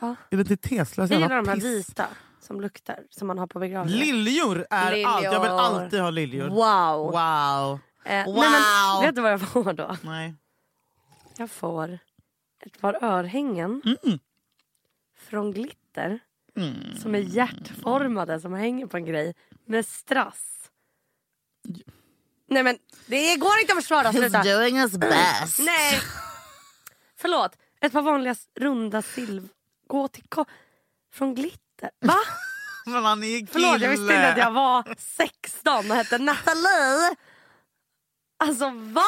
[SPEAKER 1] Ja.
[SPEAKER 2] Identitetslösa
[SPEAKER 1] Jag gillar de
[SPEAKER 2] jävla
[SPEAKER 1] här
[SPEAKER 2] piss.
[SPEAKER 1] vita som luktar, som man har på begravningar.
[SPEAKER 2] Liljor är
[SPEAKER 1] Liljor.
[SPEAKER 2] allt. Jag vill alltid ha liljor.
[SPEAKER 1] Wow!
[SPEAKER 2] Wow.
[SPEAKER 1] Eh,
[SPEAKER 2] Wow.
[SPEAKER 1] Nej, men, vet du vad jag får då?
[SPEAKER 2] Nej.
[SPEAKER 1] Jag får ett par örhängen från Glitter som är hjärtformade som hänger på en grej med strass. Nej men det går inte att försvara. Alltså, Sluta.
[SPEAKER 2] doing his best.
[SPEAKER 1] Nej. Förlåt. Ett par vanliga s- runda silv... Gå till ko- Från Glitter. Va?
[SPEAKER 2] Men han är ju
[SPEAKER 1] Förlåt jag visste inte att jag
[SPEAKER 2] kille.
[SPEAKER 1] var 16 och hette Nathalie. Alltså va?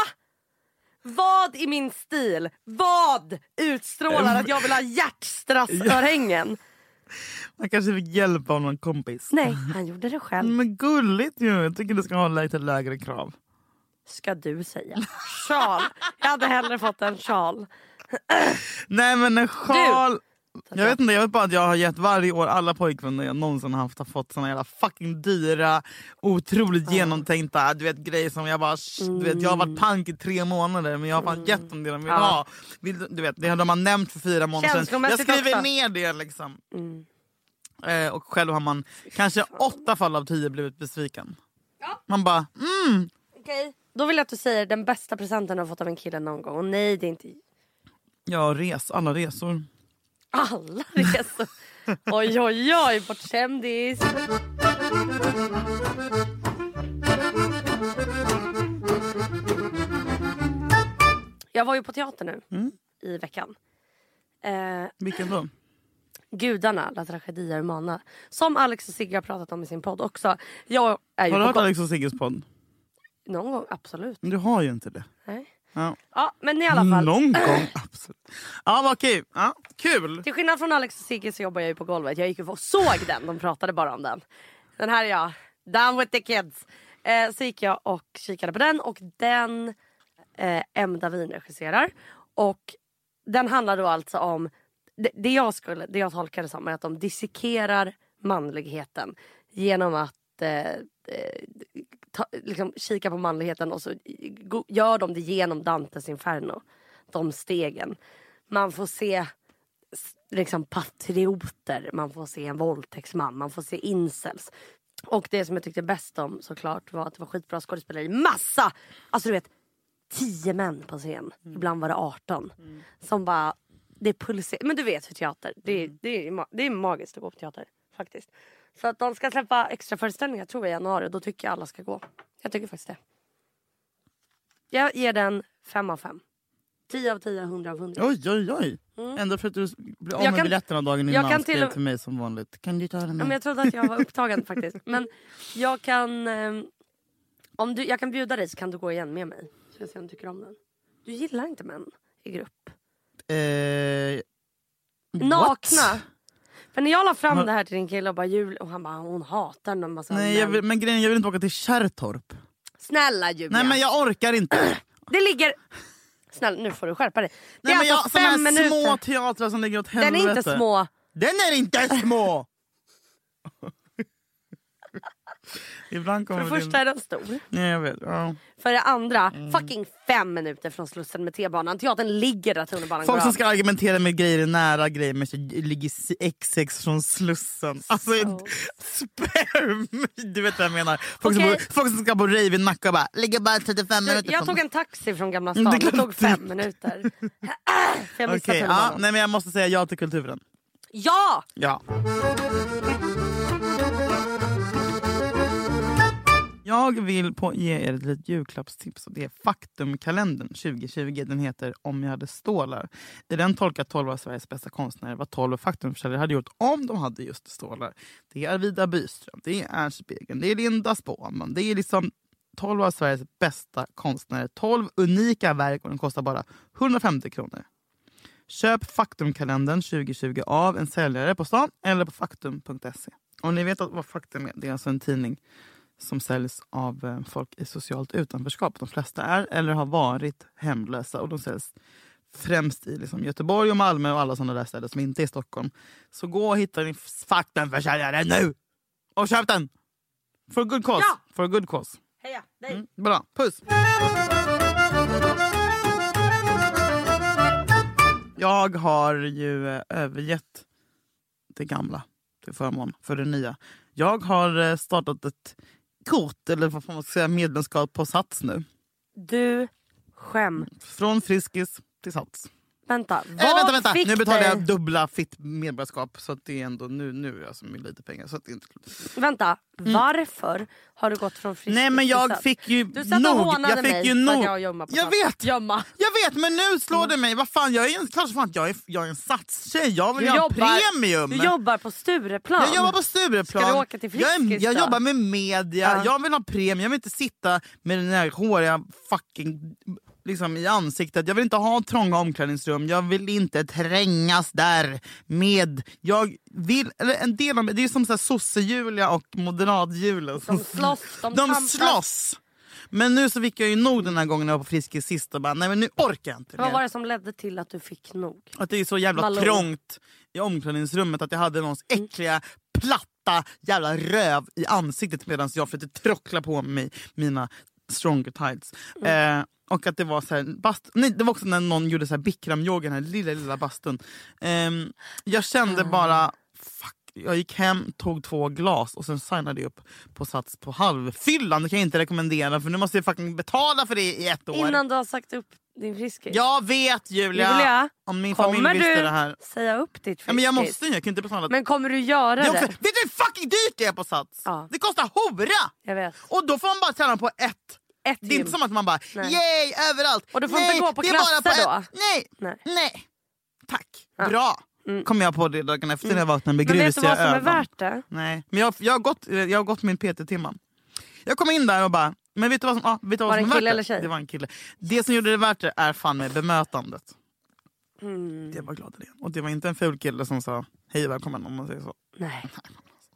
[SPEAKER 1] Vad i min stil, vad utstrålar att jag vill ha hjärtstrassörhängen?
[SPEAKER 2] Han kanske fick hjälp av någon kompis.
[SPEAKER 1] Nej, han gjorde det själv.
[SPEAKER 2] Men gulligt ju. Jag tycker du ska ha lite lägre krav.
[SPEAKER 1] Ska du säga. Sjal. Jag hade hellre fått en sjal.
[SPEAKER 2] Nej men en sjal. Jag vet inte, jag vet bara att jag har gett varje år alla pojkvänner jag någonsin haft har fått såna jävla fucking dyra, otroligt genomtänkta du vet, grejer som jag bara... sh- Du vet, jag har varit pank i tre månader men jag har fan gett dem det de vill
[SPEAKER 1] Mm. Ja.
[SPEAKER 2] ha. Vill, du- du vet, det har de har nämnt för fyra månader sedan. Jag
[SPEAKER 1] Känslomässigt Mm.
[SPEAKER 2] skriver
[SPEAKER 1] också.
[SPEAKER 2] ner det liksom. Eh, och själv har man kanske åtta fall av tio blivit besviken. Man bara, mm,
[SPEAKER 1] Okej. Då vill jag att du säger den bästa presenten du har fått av en kille någon gång. Och nej, det är inte
[SPEAKER 2] ja res, alla resor.
[SPEAKER 1] alla resor. Oj, oj, oj, bortskämdis. Jag var ju på teater nu
[SPEAKER 2] Mm.
[SPEAKER 1] i veckan. Eh,
[SPEAKER 2] Vilken då?
[SPEAKER 1] Gudarna, La Tragedia Humana. Som Alex och Sigge har pratat om i sin podd också. Jag är ju
[SPEAKER 2] Har du
[SPEAKER 1] på
[SPEAKER 2] hört
[SPEAKER 1] go-
[SPEAKER 2] Alex och Sigges podd?
[SPEAKER 1] Någon gång, absolut.
[SPEAKER 2] Du har ju inte det.
[SPEAKER 1] Nej.
[SPEAKER 2] Ja.
[SPEAKER 1] Ja, men i alla fall.
[SPEAKER 2] Någon gång, absolut. Ja, vad kul. Ja, kul.
[SPEAKER 1] Till skillnad från Alex och Sigge så jobbar jag ju på golvet. Jag gick och såg den. De pratade bara om den. Den här är jag. Down with the kids. Eh, så gick jag och kikade på den och den eh, M. Davin regisserar. Och den handlar då alltså om... Det, det, jag skulle, det jag tolkar det som är att de dissekerar manligheten genom att eh, eh, ta, liksom, kika på manligheten och så go, gör de det genom Dantes Inferno. De stegen. Man får se liksom patrioter, man får se en våldtäktsman, man får se incels. Och det som jag tyckte bäst om såklart var att det var skitbra skådespeleri. Massa! Alltså du vet, tio män på scen. Ibland var det 18. Som bara, det pulserar. Men du vet hur teater, det, det, är, ma- det är magiskt att gå på teater faktiskt. Så att de ska släppa extra föreställningar tror jag i januari och då tycker jag alla ska gå. Jag tycker faktiskt det. Jag ger den fem av fem tio av tio hundra av hundra
[SPEAKER 2] Oj, oj, oj. Ändå för att du blev av
[SPEAKER 1] Mm. Jag
[SPEAKER 2] med
[SPEAKER 1] kan-
[SPEAKER 2] biljetterna dagen
[SPEAKER 1] jag
[SPEAKER 2] innan
[SPEAKER 1] kan
[SPEAKER 2] skrev
[SPEAKER 1] till och-
[SPEAKER 2] till mig som vanligt. Kan du ta den?
[SPEAKER 1] Ja, men jag trodde att jag var upptagen faktiskt. Men jag kan... Eh, om du, jag kan bjuda dig så kan du gå igen med mig. Så jag ser om du tycker om den. Du gillar inte män i grupp.
[SPEAKER 2] Eh, what?
[SPEAKER 1] Nakna! För när jag la fram
[SPEAKER 2] Men-
[SPEAKER 1] det här till din kille och bara jul och han bara hon hatar Alltså, när man säger
[SPEAKER 2] Nej, jag
[SPEAKER 1] män.
[SPEAKER 2] vill, men grejen jag vill inte åka till Kärrtorp.
[SPEAKER 1] Snälla Julia!
[SPEAKER 2] Nej, men jag orkar inte.
[SPEAKER 1] Det ligger... Snälla nu får du skärpa dig. Det
[SPEAKER 2] Nej,
[SPEAKER 1] är
[SPEAKER 2] men jag,
[SPEAKER 1] alltså
[SPEAKER 2] såna här
[SPEAKER 1] fem minuter.
[SPEAKER 2] små teatrar som ligger åt
[SPEAKER 1] den
[SPEAKER 2] helvete.
[SPEAKER 1] är inte små.
[SPEAKER 2] Den är inte små! Ibland
[SPEAKER 1] För
[SPEAKER 2] kommer
[SPEAKER 1] det första är den stor.
[SPEAKER 2] det... Nej, jag vet. Ja.
[SPEAKER 1] För det andra,
[SPEAKER 2] Mm.
[SPEAKER 1] fucking fem minuter från Slussen med T-banan. Teatern ligger där tunnelbanan går
[SPEAKER 2] Folk som
[SPEAKER 1] av.
[SPEAKER 2] ska argumentera med grejer är nära grejer men så ligger si- XX från Slussen. Alltså
[SPEAKER 1] So-
[SPEAKER 2] sperm! Du vet vad jag menar. Folk,
[SPEAKER 1] Okej.
[SPEAKER 2] som, bor, folk som ska på rave i Nacka och bara ligger bara 35 minuter
[SPEAKER 1] Jag
[SPEAKER 2] från-
[SPEAKER 1] tog en taxi från Gamla
[SPEAKER 2] Mm,
[SPEAKER 1] stan,
[SPEAKER 2] det
[SPEAKER 1] det,
[SPEAKER 2] glömde
[SPEAKER 1] tog fem minuter. För jag missade
[SPEAKER 2] Okej, ja,
[SPEAKER 1] tunnelbanan.
[SPEAKER 2] nej, men Jag måste säga ja till kulturen.
[SPEAKER 1] Ja!
[SPEAKER 2] Ja. Jag vill på ge er ett litet julklappstips och det är Faktumkalendern 2020. Den heter Om jag hade stålar. I den tolkar 12 av Sveriges bästa konstnärer vad 12 faktumförsäljare hade gjort om de hade just stålar. Det är Arvida Byström, det är Ernst Begen, det är Linda Spåman. Det är liksom 12 av Sveriges bästa konstnärer. 12 unika verk och den kostar bara 150 kronor. Köp Faktumkalendern 2020 av en säljare på stan eller på faktum.se. Om ni vet att- vad Faktum är, det är alltså en tidning som säljs av eh, folk i socialt utanförskap. De flesta är eller har varit hemlösa och de säljs främst i liksom Göteborg och Malmö och alla sådana där städer som inte är Stockholm. Så gå och hitta din Faktumförsäljare nu! Och köp den! For a good cause.
[SPEAKER 1] Ja!
[SPEAKER 2] For a good cause.
[SPEAKER 1] Heja dig!
[SPEAKER 2] Mm, bra, puss! Jag har ju eh, övergett det gamla till förmån för det nya. Jag har eh, startat ett kort, eller vad får man säga, medlemskap på Sats nu.
[SPEAKER 1] Du skäm.
[SPEAKER 2] Från Friskis till Sats.
[SPEAKER 1] Vänta,
[SPEAKER 2] Äh,
[SPEAKER 1] vad
[SPEAKER 2] vänta, vänta!
[SPEAKER 1] fick
[SPEAKER 2] Nu betalar
[SPEAKER 1] dig...
[SPEAKER 2] jag dubbla fitt medborgarskap. Så att det är ändå, nu, nu är jag som med lite pengar. Så att det är inte...
[SPEAKER 1] Vänta, varför har du gått från Friskis
[SPEAKER 2] Mm. Nej men
[SPEAKER 1] till
[SPEAKER 2] jag
[SPEAKER 1] Sats?
[SPEAKER 2] fick ju
[SPEAKER 1] Du satt och
[SPEAKER 2] nog.
[SPEAKER 1] hånade
[SPEAKER 2] Jag fick
[SPEAKER 1] mig
[SPEAKER 2] ju
[SPEAKER 1] för
[SPEAKER 2] nog.
[SPEAKER 1] att jag gömma på
[SPEAKER 2] Jag
[SPEAKER 1] Sats.
[SPEAKER 2] vet!
[SPEAKER 1] Gömma.
[SPEAKER 2] Jag vet men nu
[SPEAKER 1] Mm.
[SPEAKER 2] slår det mig. Vad fan, jag är en, klart som fan, att jag är, jag är en satstjej. Jag vill
[SPEAKER 1] Du
[SPEAKER 2] ha
[SPEAKER 1] jobbar-
[SPEAKER 2] premium.
[SPEAKER 1] Du jobbar på Stureplan.
[SPEAKER 2] Jag jobbar på Stureplan.
[SPEAKER 1] Ska du åka till
[SPEAKER 2] jag, är,
[SPEAKER 1] Friskis
[SPEAKER 2] jag
[SPEAKER 1] då?
[SPEAKER 2] jobbar med media,
[SPEAKER 1] Ja.
[SPEAKER 2] jag vill ha premium. Jag vill inte sitta med den här håriga fucking liksom, i ansiktet. Jag vill inte ha trånga omklädningsrum. Jag vill inte trängas där med... Jag vill, eller en del av mig, det är som så här sosse-Julia och moderat-Julen.
[SPEAKER 1] De slåss, de,
[SPEAKER 2] De
[SPEAKER 1] tampas.
[SPEAKER 2] slåss! Men nu så fick jag ju nog den här gången när jag var på Friskis sist och bara nej men nu orkar jag inte
[SPEAKER 1] Vad
[SPEAKER 2] mer.
[SPEAKER 1] var det som ledde till att du fick nog?
[SPEAKER 2] Att det är så jävla
[SPEAKER 1] Malou. Mm.
[SPEAKER 2] trångt i omklädningsrummet att jag hade någons äckliga platta jävla röv i ansiktet medan jag försökte trockla på mig mina stronger tights.
[SPEAKER 1] Mm.
[SPEAKER 2] Eh, och att det var så här, bast- nej, det var också när någon gjorde så här bikramyoga i den här lilla lilla bastun. Ehm, jag kände
[SPEAKER 1] Ah.
[SPEAKER 2] bara fuck. Jag gick hem, tog två glas och sen signade jag upp på Sats på halvfyllan. Det kan jag inte rekommendera för nu måste jag fucking betala för det i ett år.
[SPEAKER 1] Innan du har sagt upp din Friskis?
[SPEAKER 2] Jag vet Julia!
[SPEAKER 1] Julia,
[SPEAKER 2] Om min familj
[SPEAKER 1] kommer
[SPEAKER 2] visste
[SPEAKER 1] du
[SPEAKER 2] det här.
[SPEAKER 1] säga upp ditt Friskis?
[SPEAKER 2] Ja, men jag måste ju, jag kan inte betala.
[SPEAKER 1] Men kommer du göra
[SPEAKER 2] det
[SPEAKER 1] det?
[SPEAKER 2] är också, vet du hur fucking dyrt det är på Sats?
[SPEAKER 1] Ja.
[SPEAKER 2] Det kostar hora!
[SPEAKER 1] Jag vet.
[SPEAKER 2] Och då får man bara träna på ett.
[SPEAKER 1] Ett
[SPEAKER 2] Det är
[SPEAKER 1] gym.
[SPEAKER 2] inte som att man bara
[SPEAKER 1] Nej.
[SPEAKER 2] yay överallt.
[SPEAKER 1] Och du får inte gå på
[SPEAKER 2] det är bara
[SPEAKER 1] klasser
[SPEAKER 2] på ett-
[SPEAKER 1] då?
[SPEAKER 2] Nej,
[SPEAKER 1] Nej.
[SPEAKER 2] nej. Tack, bra. Kom jag på det dagen efter när jag vaknade med
[SPEAKER 1] Mm. Men vet du
[SPEAKER 2] grusiga
[SPEAKER 1] vad som
[SPEAKER 2] ögon.
[SPEAKER 1] är värt det?
[SPEAKER 2] Nej, men jag, jag, har gått, jag har gått min PT-timma. Jag kom in där och bara, men vet du vad som, ah, vet du vad
[SPEAKER 1] Var det
[SPEAKER 2] som
[SPEAKER 1] en
[SPEAKER 2] värt
[SPEAKER 1] kille eller
[SPEAKER 2] det?
[SPEAKER 1] tjej?
[SPEAKER 2] Det var en kille. Det som gjorde det värt det är fan med bemötandet.
[SPEAKER 1] Mm.
[SPEAKER 2] Det var glad det. Och det var inte en ful kille som sa hej och välkommen om man säger så.
[SPEAKER 1] Nej.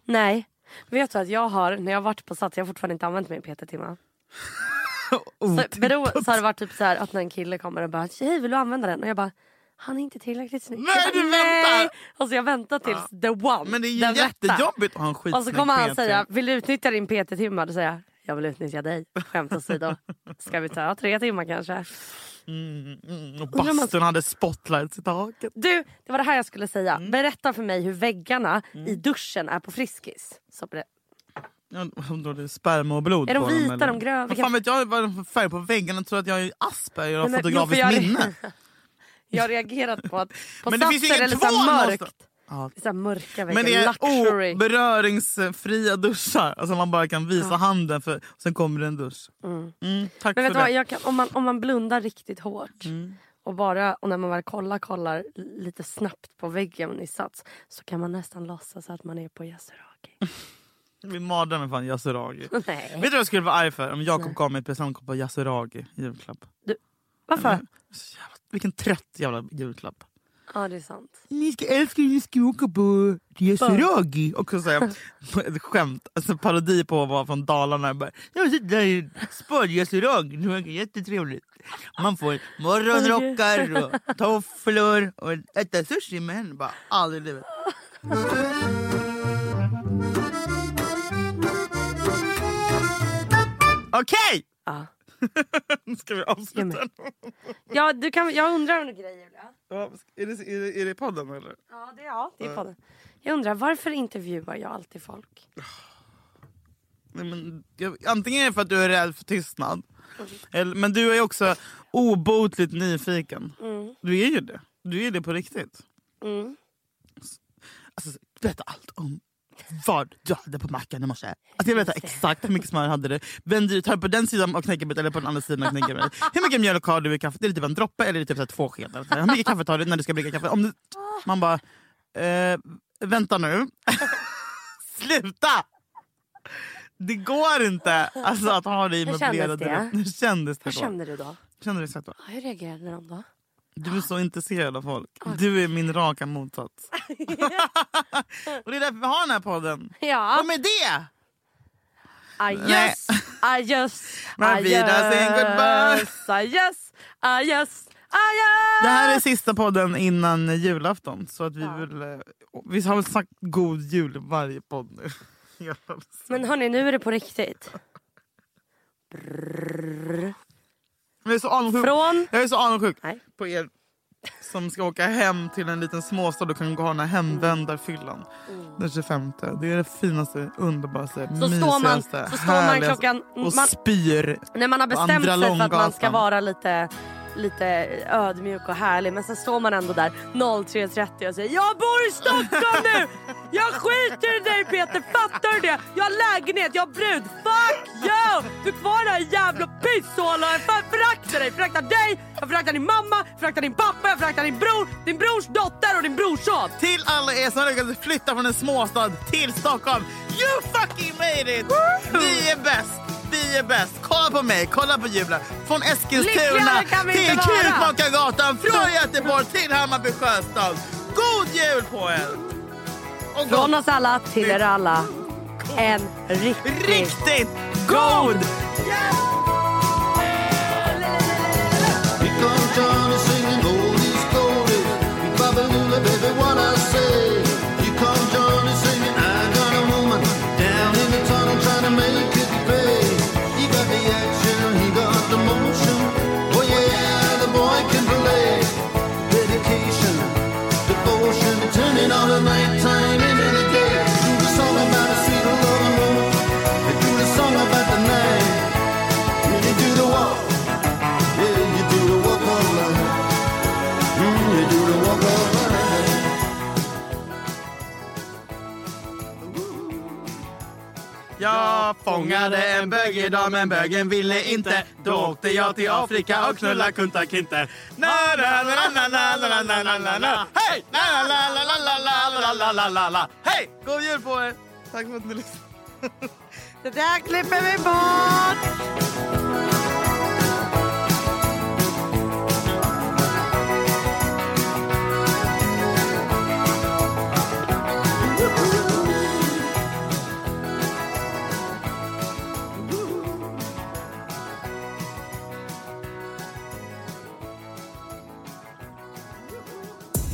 [SPEAKER 1] Nej. Vet du att jag har, när jag har varit på Sats, jag har fortfarande inte använt min PT-timma. Så, bero, så har det varit typ så här att när en kille kommer och bara “Hej, vill du använda den?” och jag bara “Han är inte tillräckligt snygg”.
[SPEAKER 2] Nej,
[SPEAKER 1] Jag bara,
[SPEAKER 2] du
[SPEAKER 1] "Nej."
[SPEAKER 2] väntar.
[SPEAKER 1] Och så jag väntar tills the one,
[SPEAKER 2] Men det är ju
[SPEAKER 1] den rätta.
[SPEAKER 2] jättejobbigt att ha en skitsnygg
[SPEAKER 1] Och så kommer han
[SPEAKER 2] PT.
[SPEAKER 1] säga “Vill du utnyttja din PT-timma?” Då säger jag “Jag vill utnyttja dig, skämt åsido. Ska vi ta tre timmar kanske?”
[SPEAKER 2] Mm, Och bastun hade spotlights i taket.
[SPEAKER 1] Du, det var det här jag skulle säga.
[SPEAKER 2] Mm.
[SPEAKER 1] Berätta för mig hur väggarna i duschen är på Friskis. Så ber-
[SPEAKER 2] Jag undrar om det är sperma och blod
[SPEAKER 1] Är de
[SPEAKER 2] på
[SPEAKER 1] vita,
[SPEAKER 2] dem, eller?
[SPEAKER 1] de gröna?
[SPEAKER 2] Vad fan vet jag vad det är för färg på väggen? Jag tror att jag är Asperger och har
[SPEAKER 1] Nej, men-
[SPEAKER 2] fotografiskt
[SPEAKER 1] jo, för jag-
[SPEAKER 2] minne.
[SPEAKER 1] jag har reagerat på att på
[SPEAKER 2] Men det finns ju
[SPEAKER 1] Sats är
[SPEAKER 2] ingen
[SPEAKER 1] lite så här
[SPEAKER 2] tvål
[SPEAKER 1] mörkt.
[SPEAKER 2] någonstans. Ja.
[SPEAKER 1] Det är Så här mörka väggar,
[SPEAKER 2] Men det är
[SPEAKER 1] luxury.
[SPEAKER 2] oh, beröringsfria duschar. Alltså man bara kan visa handen för sen kommer det en dusch. Mm,
[SPEAKER 1] Ah.
[SPEAKER 2] tack
[SPEAKER 1] Men vet du
[SPEAKER 2] för
[SPEAKER 1] vad,
[SPEAKER 2] det.
[SPEAKER 1] jag kan, om, man, om man blundar riktigt hårt
[SPEAKER 2] Mm.
[SPEAKER 1] och bara och när man väl kollar, kollar lite snabbt på väggen i Sats så kan man nästan låtsas att man är på Yasuragi.
[SPEAKER 2] Min mardröm är fan yasuragi. Vet du
[SPEAKER 1] Nej.
[SPEAKER 2] vad jag skulle vara arg för? Om Jakob gav mig ett presentkort på yasuragi i julklapp.
[SPEAKER 1] Varför?
[SPEAKER 2] Så jävla, vilken trött jävla julklapp.
[SPEAKER 1] Ja det är sant.
[SPEAKER 2] Ni ska älskling, ni ska åka på yasuragi. Och så säger jag ett skämt, alltså en parodi på vad var från Dalarna. Jag bara, jag sitter där i spad-yasuragi, det verkar jättetrevligt. Man får morgonrockar och tofflor och äta sushi med henne. Bara, aldrig i livet. Okej!
[SPEAKER 1] Ja.
[SPEAKER 2] Nu ska vi avsluta.
[SPEAKER 1] Ja, Ja, du kan, jag undrar en grej Julia.
[SPEAKER 2] Ja, Är det, är, det, är det podden eller?
[SPEAKER 1] Ja, det, ja, det är podden. Jag undrar varför intervjuar jag alltid folk?
[SPEAKER 2] Nej, men, jag, antingen är det för att du är rädd för tystnad. Eller, men du är också obotligt nyfiken. Du är ju det. Du är det på riktigt.
[SPEAKER 1] Mm.
[SPEAKER 2] Alltså, berätta allt om vad du hade på mackan i morse. Alltså, jag vill veta exakt hur mycket smör hade du Vänder du tar på den sidan av knäckebrödet eller på den andra sidan av knäckebrödet. Hur mycket mjölk har du i kaffet? Är det typ en droppe eller är det typ så här två skedar? Så här, Hur mycket kaffe tar du när du ska brygga kaffe? Om du, man bara, eh, vänta nu. Sluta! Det går inte alltså, att ha dig
[SPEAKER 1] Hur kändes
[SPEAKER 2] möblerad.
[SPEAKER 1] det?
[SPEAKER 2] direkt. Hur kändes det?
[SPEAKER 1] Hur
[SPEAKER 2] då?
[SPEAKER 1] kände du då?
[SPEAKER 2] Kände du svett då?
[SPEAKER 1] Ja, Hur reagerade de då?
[SPEAKER 2] Du är så intresserad av folk.
[SPEAKER 1] Ah.
[SPEAKER 2] Du är min raka motsats. och det är därför vi har den här podden.
[SPEAKER 1] Ja, ah,
[SPEAKER 2] Och med det! Nej.
[SPEAKER 1] adjöss, adjöss,
[SPEAKER 2] Man vidar sig, goodbye.
[SPEAKER 1] adjöss, adjöss, adjöss, adjöss.
[SPEAKER 2] Det här är sista podden innan julafton. Så att vi, vill, eh, vi har väl sagt god jul i varje podd nu. Ja,
[SPEAKER 1] Men hörni, nu är det på riktigt.
[SPEAKER 2] Jag är så avundsjuk,
[SPEAKER 1] Från...
[SPEAKER 2] jag är så avundsjuk
[SPEAKER 1] Nej.
[SPEAKER 2] på er som ska åka hem till en liten småstad och kan gå ha den här hemvändarfyllan den 25. Det är det finaste, underbaraste,
[SPEAKER 1] Mm. Så står man-
[SPEAKER 2] mysigaste,
[SPEAKER 1] så står man
[SPEAKER 2] härligaste.
[SPEAKER 1] klockan-
[SPEAKER 2] Och
[SPEAKER 1] man-
[SPEAKER 2] spyr.
[SPEAKER 1] När man har
[SPEAKER 2] På
[SPEAKER 1] bestämt
[SPEAKER 2] andra
[SPEAKER 1] sig för att man ska
[SPEAKER 2] långgatan.
[SPEAKER 1] vara lite, lite ödmjuk och härlig men sen står man ändå där 03.30 och säger Jag bor i Stockholm nu! Jag skiter i dig Peter, fattar du det? Jag har lägenhet, jag har brud, fuck you! Du är kvar i den här jävla pisshålan, jag fan föraktar dig! Jag föraktar dig, jag föraktar din mamma, jag föraktar din pappa, jag föraktar din bror, din brors dotter och din brorson!
[SPEAKER 2] Till alla er som har lyckats flytta från en småstad till Stockholm. You fucking made it! Vi är bäst! Vi är bäst! Kolla på mig, kolla på julen. Från Eskilstuna
[SPEAKER 1] Lyckligare kan vi
[SPEAKER 2] till
[SPEAKER 1] inte vara.
[SPEAKER 2] Krukmakargatan, från Göteborg till Hammarby Sjöstad. God jul på er! Och
[SPEAKER 1] Från
[SPEAKER 2] gott-
[SPEAKER 1] oss alla till er alla, en riktig
[SPEAKER 2] riktigt god
[SPEAKER 5] We come down to singing oldies glory. We Babylonia, baby, what I say. You come Johnny singing, I got a woman down in the tunnel trying to make it pay. He got the action, he got the motion. Oh yeah, the boy can play. Dedication, devotion, turning all the nighttime into the day. Do the song about a sweet love and woman. Do the song about the night. Really do the walk. Yeah, you do the walk of life. Mm, you do the walk of life.
[SPEAKER 2] Jag fångade en bög idag men bögen ville inte. Då åkte jag till Afrika och knullade Kunta Kinte. Na na na na na na na na na na Hej! Na na na na na na na na na na na Hej! God jul på er! Tack för att ni lyssnade.
[SPEAKER 1] Det där klipper vi bort!